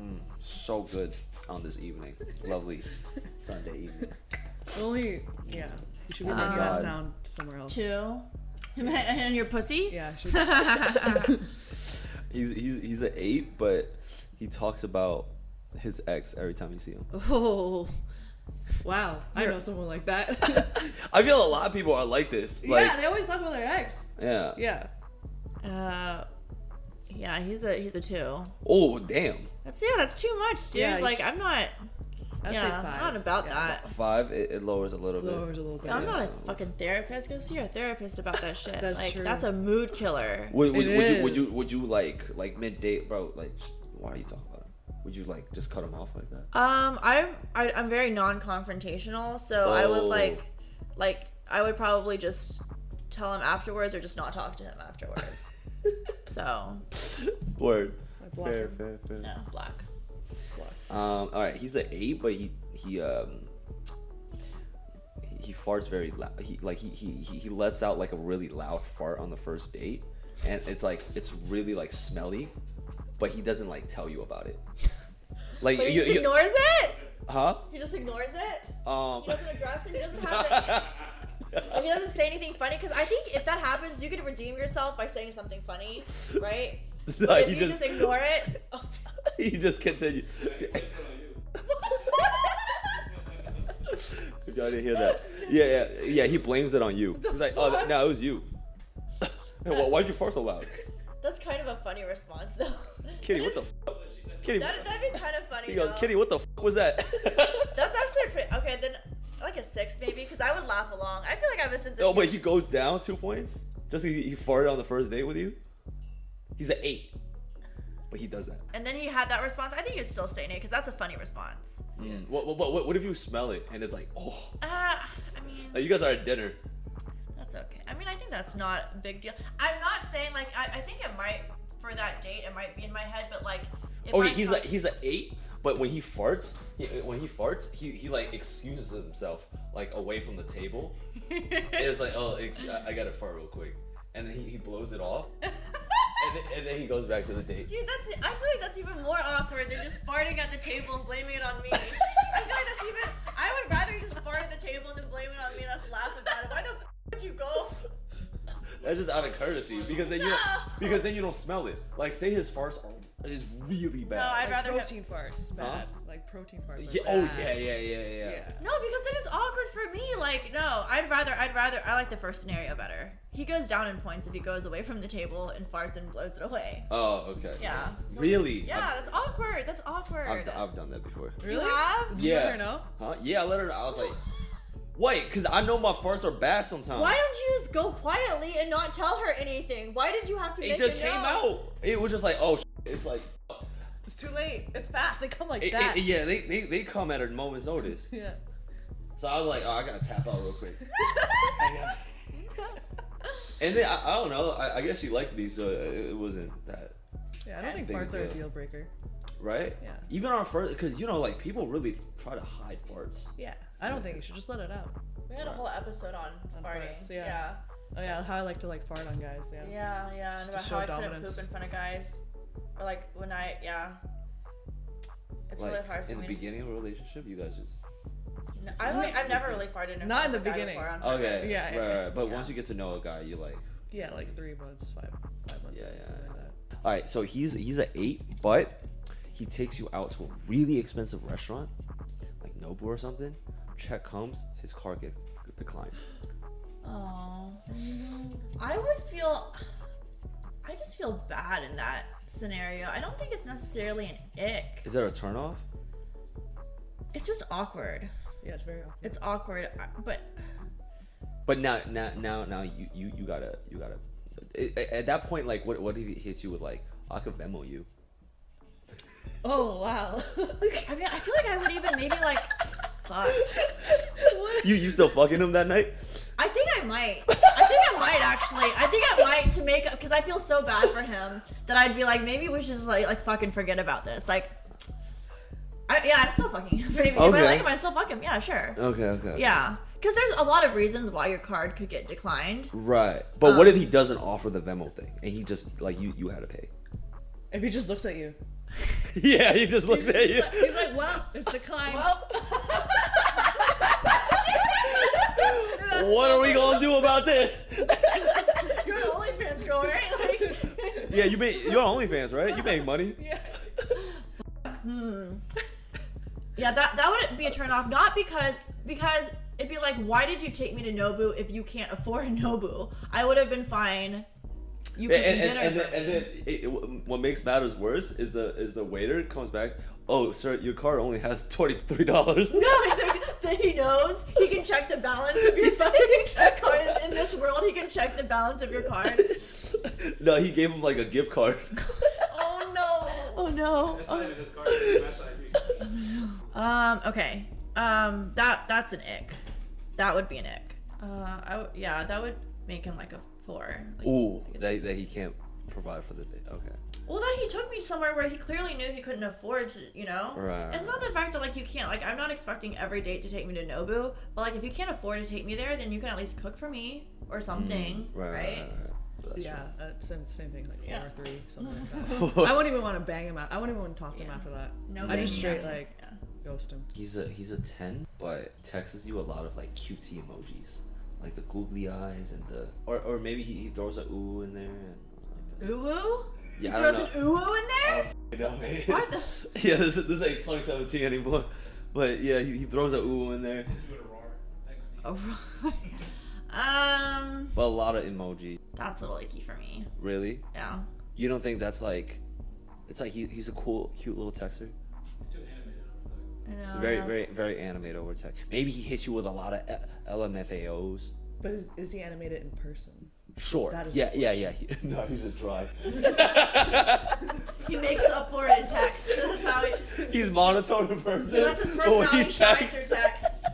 A: mm, so good on this evening. Lovely Sunday evening.
C: Only, yeah. You should be
A: my
C: making that
A: God.
C: sound somewhere else.
B: Two.
E: and your pussy?
C: Yeah. Should, yeah.
A: He's he's he's a eight, but he talks about his ex every time you see him.
E: Oh.
C: Wow. I know someone like that.
A: I feel a lot of people are like this. Like
C: yeah, they always talk about their ex.
A: yeah.
C: Yeah.
E: Uh. Yeah, he's a he's a two.
A: Oh damn.
E: That's yeah, that's too much, dude.
C: Yeah, you
E: like
C: sh-
E: I'm not.
C: I'd
E: yeah,
C: say five.
E: I'm not about
C: Yeah.
E: that.
A: Five, it, it lowers a little
C: Uh, Lowers a
A: bit.
C: little bit.
E: I'm not a
A: Yeah.
E: fucking therapist. Go see your therapist about that shit.
C: That's
E: like
C: true.
E: that's a mood killer.
A: Would, would,
C: It
A: would you would
C: is.
A: you would you like like mid-date, bro? Like, why are you talking about him? Would you like just cut him off like that?
B: Um, I'm I, I'm very non-confrontational, so I would
A: Oh.
B: like, like I would probably just tell him afterwards or just not talk to him afterwards. so
A: Word.
C: I block him.
A: fair, fair.
B: no, black.
A: Um, all right, he's an eight, but he he um he- he farts very loud. He like he, he he he lets out like a really loud fart on the first date, and it's like it's really like smelly, but he doesn't like tell you about it. Like
B: But he
A: you,
B: just
A: you-
B: ignores it.
A: huh?
B: He just ignores it.
A: Um.
B: He doesn't address it. He doesn't have it. Like, he doesn't say anything funny because I think if that happens, you could redeem yourself by saying something funny, right?
A: No,
B: if
A: he
B: you just,
A: just
B: ignore it.
A: he just continued. If y'all didn't hear that. Yeah, yeah, yeah. He blames it on you. He's like, oh, th- no, it was you. Why why'd you fart so loud,
B: That's kind of a funny response, though.
A: Kitty?
B: That
A: What
B: is-
A: the? F- Kitty.
B: That, that'd be kind of funny.
A: He goes,
B: though.
A: Kitty, what the f- was that?
B: That's actually pretty. Okay, then like a six maybe, because I would laugh along. I feel like I have a sense
A: no,
B: of.
A: Oh, but he goes down two points. Just he, he farted on the first date with you. He's an eight, but he does that.
B: and then he had that response. I think it's still staying because that's a funny response.
A: What, what, what, what if you smell it and it's like, oh,
B: Uh, I mean,
A: like you guys are at dinner.
B: that's okay. I mean, I think that's not a big deal. I'm not saying like I, I think it might for that date it might be in my head, but like. If
A: Okay,
B: I
A: Oh, he's
B: saw-
A: like he's an eight, but when he farts, he, when he farts, he, he like excuses himself like away from the table. And it's like, oh, ex- I, I gotta fart real quick, and then he, he blows it off, and then, and then he goes back to the date.
B: Dude, that's. I feel like that's even more awkward than just farting at the table and blaming it on me. I feel like that's even. I would rather you just fart at the table and then blame it on me and us laugh about it. Why the f- would you go?
A: That's just out of courtesy because then you because then you don't smell it. Like say his farts are is really bad.
B: No, I'd
C: Like
B: rather. have-
C: protein farts, bad. Like protein farts.
A: yeah,
C: are
A: oh yeah,
C: bad.
A: yeah, yeah, yeah.
C: Yeah.
B: No, because then it's awkward for me. Like, no, I'd rather, I'd rather, I like the first scenario better. He goes down in points if he goes away from the table and farts and blows it away.
A: Oh, okay.
B: Yeah.
A: Really?
B: Yeah, that's awkward. That's
A: I've, I've,
B: awkward.
A: I've done that before.
B: You
C: Really?
B: have?
C: Did you let
A: Yeah.
C: her know?
A: Huh? Yeah, I let her. I was like, wait, because I know my farts are bad sometimes.
B: Why don't you just go quietly and not tell her anything? Why did you have to?
A: It
B: make
A: just
B: a
A: came
B: note?
A: out. It was just like, oh, sh-. it's like,
C: It's too late. It's fast. They come like
A: it,
C: that.
A: it- yeah, they, they they come at a moment's notice.
C: yeah.
A: So I was like, oh, I gotta tap out real quick. and then I, I don't know. I, I guess she liked me, so it it wasn't that
C: Yeah. I don't think
A: Big
C: farts are a
A: deal.
C: deal breaker.
A: right.
C: Yeah.
A: Even our first, because you know, like people really try to hide farts.
C: Yeah. I don't think you should just let it out.
B: We had a whole episode on,
C: On
B: farting.
C: farts,
B: yeah.
C: yeah. Oh yeah, how I like to like fart on guys. Yeah.
B: yeah, yeah, And
C: Just to
B: about
C: show
B: how I couldn't
C: dominance.
B: poop in front of guys, or like when I, yeah. It's
A: like
B: really hard for
A: in the
B: me.
A: beginning of a relationship, you guys just
B: to, I like, I've never really farted in
C: Not
B: front
C: in
B: of
C: the
B: a guy
C: beginning.
B: before on
A: okay,
B: purpose.
C: Yeah,
A: right,
C: yeah.
A: right. But once you get to know a guy, you're like,
C: Yeah, like three months, five, five months,
A: Yeah,
C: in,
A: yeah,
C: something like that.
A: all right. So he's he's an eight, but he takes you out to a really expensive restaurant, like Nobu or something. Check comes, his car gets declined.
B: Oh, I would feel. I just feel bad in that scenario. I don't think it's necessarily an ick.
A: Is that a turnoff?
B: It's just awkward.
C: Yeah, it's very awkward.
B: It's awkward, I- but
A: But now, now, now, now, you, you, you gotta, you gotta. a- a- At that point, like, what, what if he hits you with like, I could Venmo you?
C: Oh wow.
B: I mean, I feel like I would even maybe like. Fuck.
A: You you still fucking him that night?
B: I think I might. I think I might actually. I think I might to make because I feel so bad for him that I'd be like, maybe we should just like, like fucking forget about this. Like, I, yeah, I'm still fucking him. Maybe. If I
A: Okay.
B: like him, I still fuck him. Yeah, sure.
A: Okay, okay. okay.
B: Yeah, because there's a lot of reasons why your card could get declined.
A: Right. But
B: Um.
A: what if he doesn't offer the Venmo thing and he just like you you had to pay?
C: If he just looks at you,
F: yeah, he just looked at you.
C: he's like, "Well, it's declined."
B: Oh.
F: What are we gonna do about this?
B: You're an OnlyFans girl, right? Like,
F: Yeah, you make you're on OnlyFans, right? You make money.
C: Hmm.
B: yeah, that that would be a turnoff. Not because because it'd be like, why did you take me to Nobu if you can't afford Nobu? I would have been fine. You
F: And,
B: could
F: and, and,
B: do dinner.
F: and
B: for
F: then, and then it, it- what makes matters worse is the is the waiter comes back. Oh, sir, your card only has twenty three dollars.
B: No, then, then he knows he can check the balance of your fucking card. In, in this world, he can check the balance of your card.
F: no, he gave him like a gift card.
B: Oh no! Oh no!
G: That's not even his card. It's Smash ID.
B: Um. Okay. Um. That that's an ick. That would be an ick. Uh. I w- yeah. That would make him like a four. Like,
F: Ooh.
A: That that he can't provide for the day. Okay.
B: well, that he took me somewhere where he clearly knew he couldn't afford to. You know.
A: Right.
B: It's not the fact that like you can't. Like I'm not expecting every date to take me to Nobu, but like if you can't afford to take me there, then you can at least cook for me or something,
A: Mm, Right. right, right, right. That's
C: Yeah,
A: true.
C: uh, same, same thing, like four
B: Yeah.
C: or three, something like that. I wouldn't even want to bang him out. I wouldn't even want to talk to him
B: Yeah.
C: after that.
B: No.
C: I just
B: big
C: straight
B: nothing.
C: like
B: Yeah.
C: ghost him.
A: He's a he's a ten, but he texts you a lot of like cutesy emojis, like the googly eyes and the or or maybe he, he throws a ooh in there and like
B: Ooh woo?
A: a, yeah I
B: There's
A: don't
B: an
A: know.
B: ooh woo in there?
A: You know, man.
B: What the-
A: yeah, this is- this ain't 2017 anymore. But yeah, he, he throws a ooh in there,
G: Two in a row. XD.
A: Oh.
B: um,
A: but a lot of emoji.
B: that's a little icky for me.
A: Really,
B: Yeah.
A: you don't think that's like, it's like he, he's a cool, cute little texter.
G: It's too animated. on the text.
B: I know,
A: very,
B: Oh, that's-
A: very, very animated over text. Maybe he hits you with a lot of e- LMFAOs.
C: But is, is he animated in person?
A: Sure.
C: That is
A: yeah,
C: the
A: yeah, yeah, He- No, he's a dry.
B: He makes up for it in text. That's how he.
A: he's monotone in person.
B: That's his
A: but when
B: personality
A: he
B: shine
A: texts-
B: through text.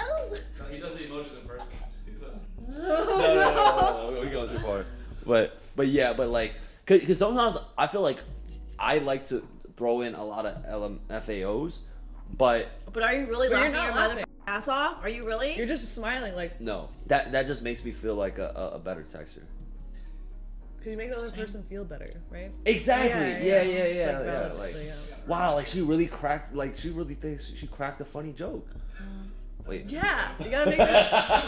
C: Oh.
G: No, he does the emojis in person. He's a,
A: no, no, no, no, no, we going too far. But but yeah, but like, cause, 'cause sometimes I feel like I like to throw in a lot of LMFAOs, but
B: But are you really
C: But you're
B: laughing
C: not
B: your
C: laughing.
B: motherfucking ass off? Are you really?
C: You're just smiling, like,
A: no, that that just makes me feel like a, a, a better texter.
C: because you make the other person feel better, right?
A: Exactly. Yeah, yeah, yeah,
C: It's,
A: yeah.
C: like,
A: yeah, Like,
C: relatively, yeah.
A: wow, like she really cracked. Like she really thinks she cracked a funny joke. Wait.
C: Um, Yeah, you gotta make that.
G: he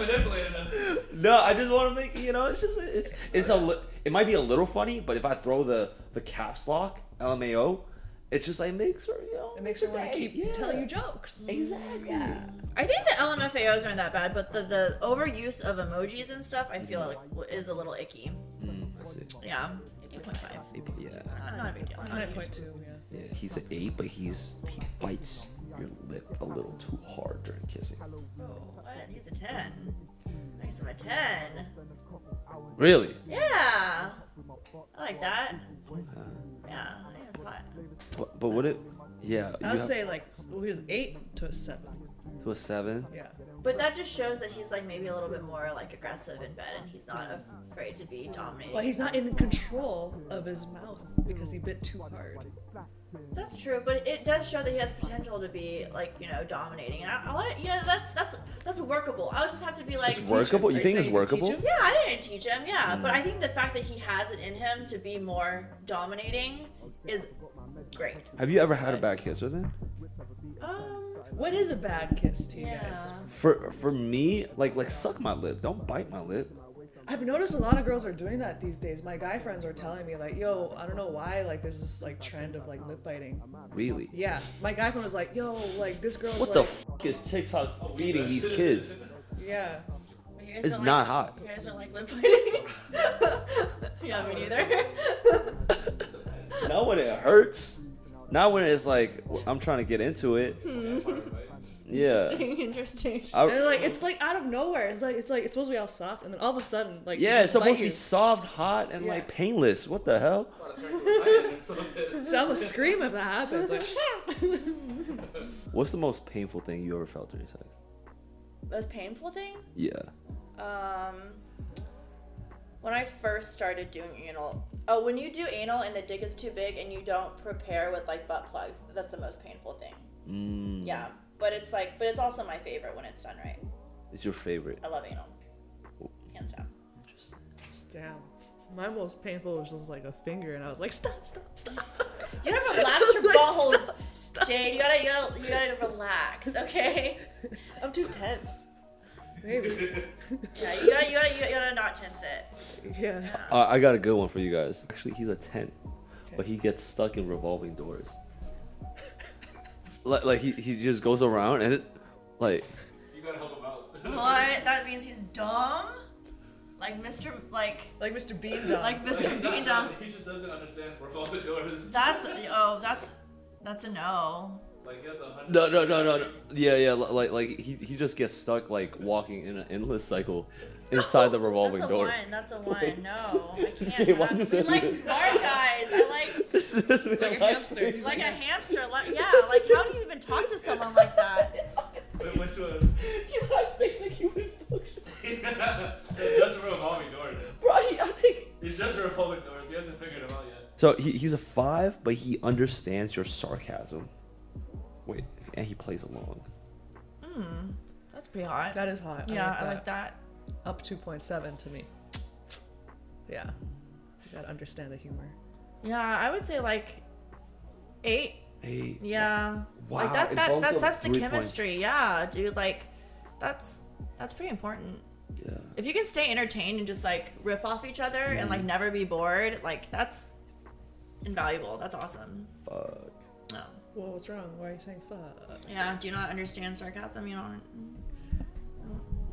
G: manipulated him.
A: No, I just want to make you know. It's just it's it's a li- it might be a little funny, but if I throw the the caps lock LMAO, it's just like makes her you know.
C: It makes her want to
A: today,
C: keep telling you jokes.
A: Exactly.
B: I think the LMFAOs aren't that bad, but the, the overuse of emojis and stuff, I feel like w- is a little icky.
A: Mm, I see.
B: Yeah. 8.5.
A: Yeah.
B: Not, not a big deal. Not a
C: Nine
B: huge
C: point two. Yeah.
A: yeah. He's an eight, but he's he bites your lip a little too hard during kissing.
B: Oh, What? He's a 10. Makes him a 10.
A: Really?
B: Yeah. I like that. Yeah, I think that's hot.
A: Uh, But, but would it? Yeah. you
C: I'll
A: have
C: say like he was eight to a seven.
A: to a seven.
C: Yeah.
B: But that just shows that he's like maybe a little bit more like aggressive in bed and he's not afraid to be dominating.
C: But he's not in control of his mouth because he bit too hard.
B: That's true, but it does show that he has potential to be like, you know, dominating. And I, I like, you know, that's that's that's workable. I would just have to be like
A: It's workable. Mm. You
C: Are
A: think
C: saying
A: it's
C: you can teach
A: workable?
C: him?
B: Yeah, I didn't teach him. Yeah, but I think the fact that he has it in him to be more dominating is great.
A: Have you ever had a bad kiss with him?
B: Um,
C: What is a bad kiss to you guys?
B: yeah.
A: For for me, like like suck my lip. Don't bite my lip.
C: I've noticed a lot of girls are doing that these days. My guy friends are telling me like, "Yo, I don't know why like there's this like trend of like lip biting."
A: Really.
C: Yeah, my guy friend was like, "Yo, like this girl's
A: What the
C: like,
A: f- is TikTok feeding these kids?
C: yeah."
B: You guys
A: It's
B: don't
A: not
B: like-
A: hot.
B: You guys don't like lip biting. yeah, me neither.
A: Not when it hurts. Not when it's like I'm trying to get into it.
G: Yeah, part of it,
A: Yeah.
G: right?
B: Interesting, interesting.
A: I-
C: And like it's like out of nowhere. It's like it's like it's supposed to be all soft, and then all of a sudden, like
A: yeah, it's supposed to be
C: So
A: soft, hot, and
C: Yeah.
A: like painless. What the hell?
G: I want to turn to a titan or something.
C: I'm gonna scream if that happens. Like shit.
A: What's the most painful thing you ever felt during sex?
H: Most painful thing?
A: Yeah.
H: Um, when I first started doing anal. Oh, when you do anal and the dick is too big and you don't prepare with like butt plugs, that's the most painful thing.
A: Mm,
H: Yeah, but it's like, but it's also my favorite when it's done right.
A: It's your favorite.
H: I love anal, hands down.
C: Damn. My most painful was just like a finger, and I was like, stop, stop, stop.
H: You gotta relax your
C: Like,
H: butthole,
C: stop, stop.
H: Jade. You gotta, you gotta, you gotta relax, okay?
C: I'm too tense. Maybe.
H: Yeah, you gotta, you gotta, you gotta not tense it.
C: Yeah.
A: Uh, I got a good one for you guys. Actually, he's a tent, but he gets stuck in revolving doors. like, like he, he just goes around and it, like
G: You gotta help him out.
B: What? That means he's dumb? Like Mr. Like
C: Like Mr. Bean dog.
B: like Mr.
G: He's not
B: Bean dumb.
G: dumb. He just doesn't understand revolving doors.
B: That's oh that's that's a no.
G: Like he has a hundred.
A: no no no no, no. yeah yeah li- like like he, he just gets stuck like walking in an endless cycle inside the revolving
B: that's a
A: door.
B: one. That's a one. No, I
A: Hey,
B: can't.
A: why'd you
B: have-
A: say
B: we like
A: that?
B: smart guys. I like
A: like
C: hamster. He's
B: like a hamster. Like, yeah. Like how do you even talk to someone like that?
G: Then went to a.
A: Your last basic human function.
G: That's a revolving door.
A: Bro, he- I think.
G: He's just a revolving doors. He hasn't figured him out yet.
A: So he, he's a five, but he understands your sarcasm. Wait, and he plays along.
B: That's pretty hot.
C: That is hot.
B: yeah,
C: I like that.
B: that.
C: Up 2.7 to me. Yeah. You gotta understand the humor.
B: Yeah, I would say like eight.
A: Hey.
B: Yeah.
A: Wow,
B: Like
A: it
B: that, that
A: bumped
B: that's
A: up
B: that's the
A: three points.
B: chemistry. Yeah, dude. Like that's that's pretty important.
A: Yeah.
B: If you can stay entertained and just like riff off each other and
A: Mm-hmm.
B: like never be bored, like that's invaluable. That's awesome.
A: Fuck.
B: No.
C: Well, what's wrong? Why are you saying fuck?
B: Oh. Yeah. Do you not understand sarcasm? You don't.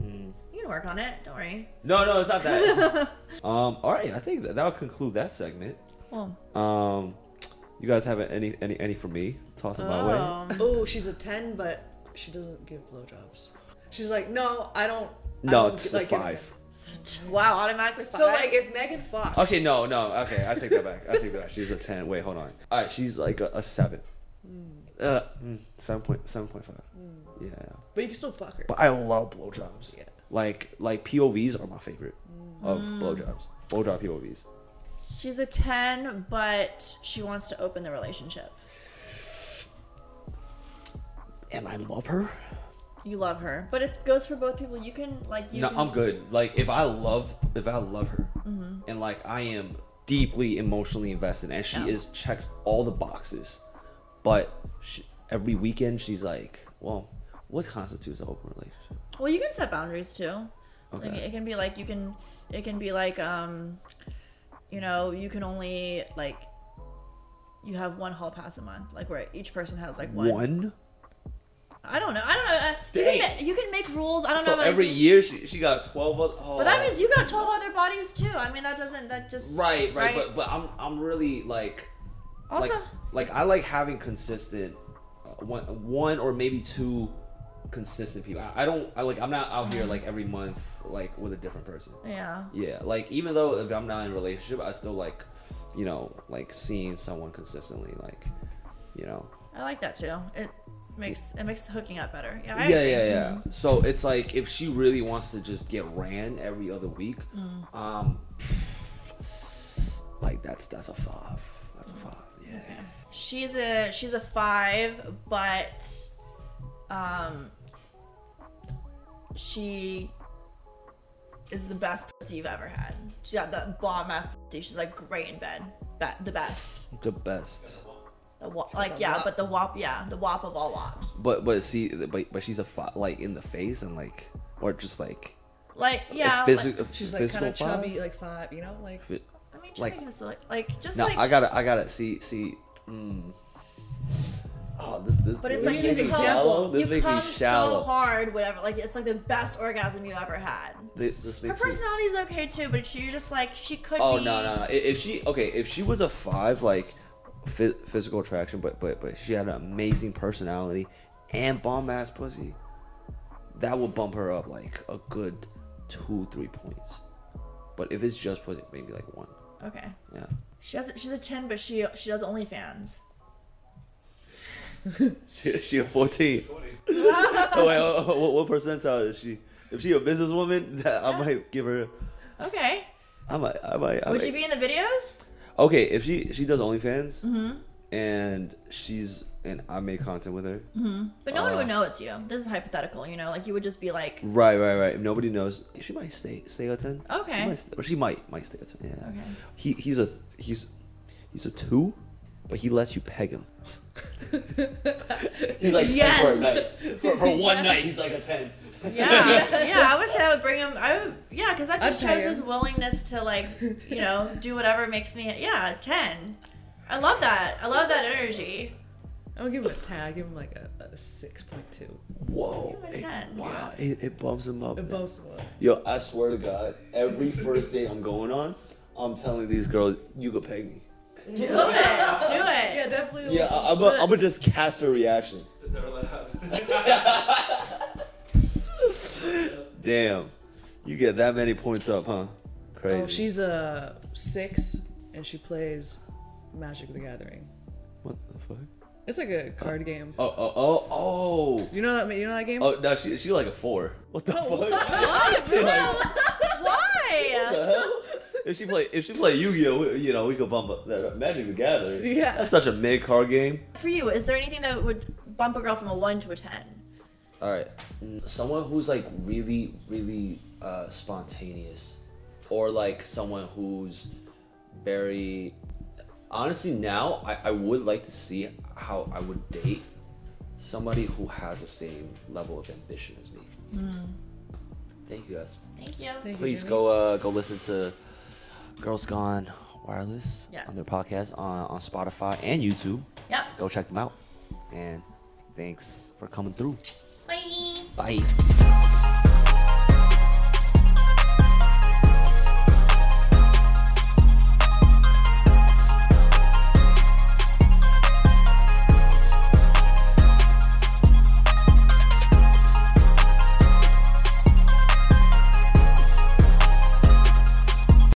A: Hmm.
B: You can work on it. Don't worry.
A: No, no, it's not that. um. All right, I think that that'll conclude that segment.
B: Well.
A: Um. You guys have any any any for me? Toss it my way.
B: Um,
C: Oh, she's a 10, but she doesn't give blowjobs. She's like, no, I don't. I
A: No,
C: don't,
A: it's
C: like,
A: a
C: give-"
A: five.
B: Wow. Automatically. Five.
C: So, like, if Megan Fox.
A: Okay, no, no. Okay, I take that back. I take that. back. She's a ten. Wait, hold on. All right, she's like a, a seven.
C: Hmm.
A: Uh, mm, seven point seven point five. Yeah,
C: But you can still fuck her.
A: but I love blowjobs.
C: Yeah.
A: Like like POVs are my favorite
C: Hmm.
A: of blowjobs. Blowjob POVs.
B: she's a ten, but she wants to open the relationship.
A: And I love her.
B: You love her, but it goes for both people. You can like you.
A: No,
B: can-
A: I'm good. Like if I love if I love her,
B: Mm-hmm.
A: and like I am deeply emotionally invested, and she
B: Yeah.
A: is checks all the boxes, but she, every weekend she's like, well, what constitutes an open relationship?
B: Well, you can set boundaries too. Like, eh,
A: Okay.
B: it can be like you can. It can be like um, you know, you can only like. You have one hall pass a month, like where each person has like one.
A: One.
B: I don't know. I don't know. Uh, You can,
A: Dang.
B: ma- you can make rules. I don't
A: So
B: know. about
A: every
B: these-
A: year she, she got twelve. Other, oh,
B: But that means you got twelve other bodies too. I mean, that doesn't. That just.
A: right, right, But but I'm I'm really like
B: also.
A: like, like I like having consistent uh, one one or maybe two consistent people. I, I don't I like I'm not out here like every month like with a different person.
B: yeah.
A: Yeah, like even though if I'm not in a relationship, I still like you know like seeing someone consistently like you know
B: I like that too. It makes it makes hooking up better. Yeah. I
A: yeah,
B: agree.
A: yeah, yeah. So it's like if she really wants to just get ran every other week,
B: Mm.
A: um, like that's that's a five. That's a five. Yeah.
B: She's a she's a five, but um she is the best pussy you've ever had. She got that bomb ass pussy. She's like great in bed. That the best.
A: The best.
B: The wa- like yeah, but the wop yeah, the wop of all wops.
A: But but see, but but she's a five, like in the face and like or just like
B: Like yeah,
A: a physi-
B: like,
A: a
C: She's like kind
A: physical
C: of chubby,
A: five.
C: like five, you know? Like,
A: Fi-
B: I mean,
A: like-
B: like, like, like just
A: No,
B: like
A: I gotta I gotta see see. Mm. Oh, this this.
B: But it's
A: this
B: like
A: makes
B: you
A: me
B: come,
A: shallow. This
B: you
A: makes me
B: come
A: shallow.
B: so hard, whatever. Like it's like the best orgasm you ever had.
A: Thi- This
B: Her
A: makes me.
B: personality is okay too, but she just like she could
A: Oh
B: be.
A: no, no, no! I- If she okay, if she was a five, like phy- physical attraction, but but but she had an amazing personality and bomb ass pussy, that will bump her up like a good two, three points. But if it's just pussy, maybe like one.
B: Okay.
A: Yeah.
B: She doesn't. She's a ten, but she she does OnlyFans.
I: She, she a 14.
G: Twenty.
I: Oh, wait, oh, oh, what, what percentile is she? If she a businesswoman, I might give her.
B: Okay.
I: I might. I might. I
B: Would
I: might.
B: she be in the videos?
A: Okay, if she she does OnlyFans and she's and I make content with her.
B: But no one
A: Uh,
B: would know it's you. This is hypothetical. You know, like you would just be like,
A: Right, right, right. If nobody knows, she might stay stay at ten.
B: Okay.
A: She might, st- or she might might stay at ten. Yeah.
B: Okay.
A: He he's a he's he's a two, but he lets you peg him. he's like 10
C: Yes.
A: for a night. For, for one night, he's like a ten.
B: yeah, yeah. I would say I would bring him. I would, yeah, because that just
C: I'd pay
B: shows
C: him.
B: his willingness to like, you know, do whatever makes me. Yeah, ten. I love that. I love that energy.
C: I don't give him a 10. I give him like a, a 6.2.
A: Whoa.
B: You're a
A: it-
B: 10.
A: wow. It, it bumps him up.
C: The most one.
A: Yo, I swear to God, every first date I'm going on, I'm telling these girls, you could peg me.
B: Do it. Do it.
C: Yeah, definitely.
A: Eh.
C: oh,
A: Yeah, uh, I, I'm gonna just cast a reaction.
G: Never let it happen.
A: Damn, you get that many points up, huh? Crazy.
C: Oh, she's a 6 and she plays Magic the Gathering.
A: What the fuck?
C: It's like a card game.
A: Oh, oh, oh, oh.
C: You know that you know that game?
A: Oh no, she she like a four. What the fuck?
B: Why?
A: The hell? If she play if she play Yu Gi Oh, you know we could bump up that Magic the Gathering.
C: Yeah.
A: that's such a mid card game.
B: For you, is there anything that would bump a girl from a one to a ten?
A: All right, someone who's like really really uh, spontaneous, or like someone who's very honestly now I, I would like to see how I would date somebody who has the same level of ambition as me. Thank you guys.
B: Thank you.
C: Thank you,
A: please
C: Jimmy.
A: go uh, go listen to Girls Gone Wireless on their
B: Yes.
A: podcast on, on Spotify and YouTube.
B: Yep.
A: Go check them out. And thanks for coming through.
B: Bye.
A: Bye.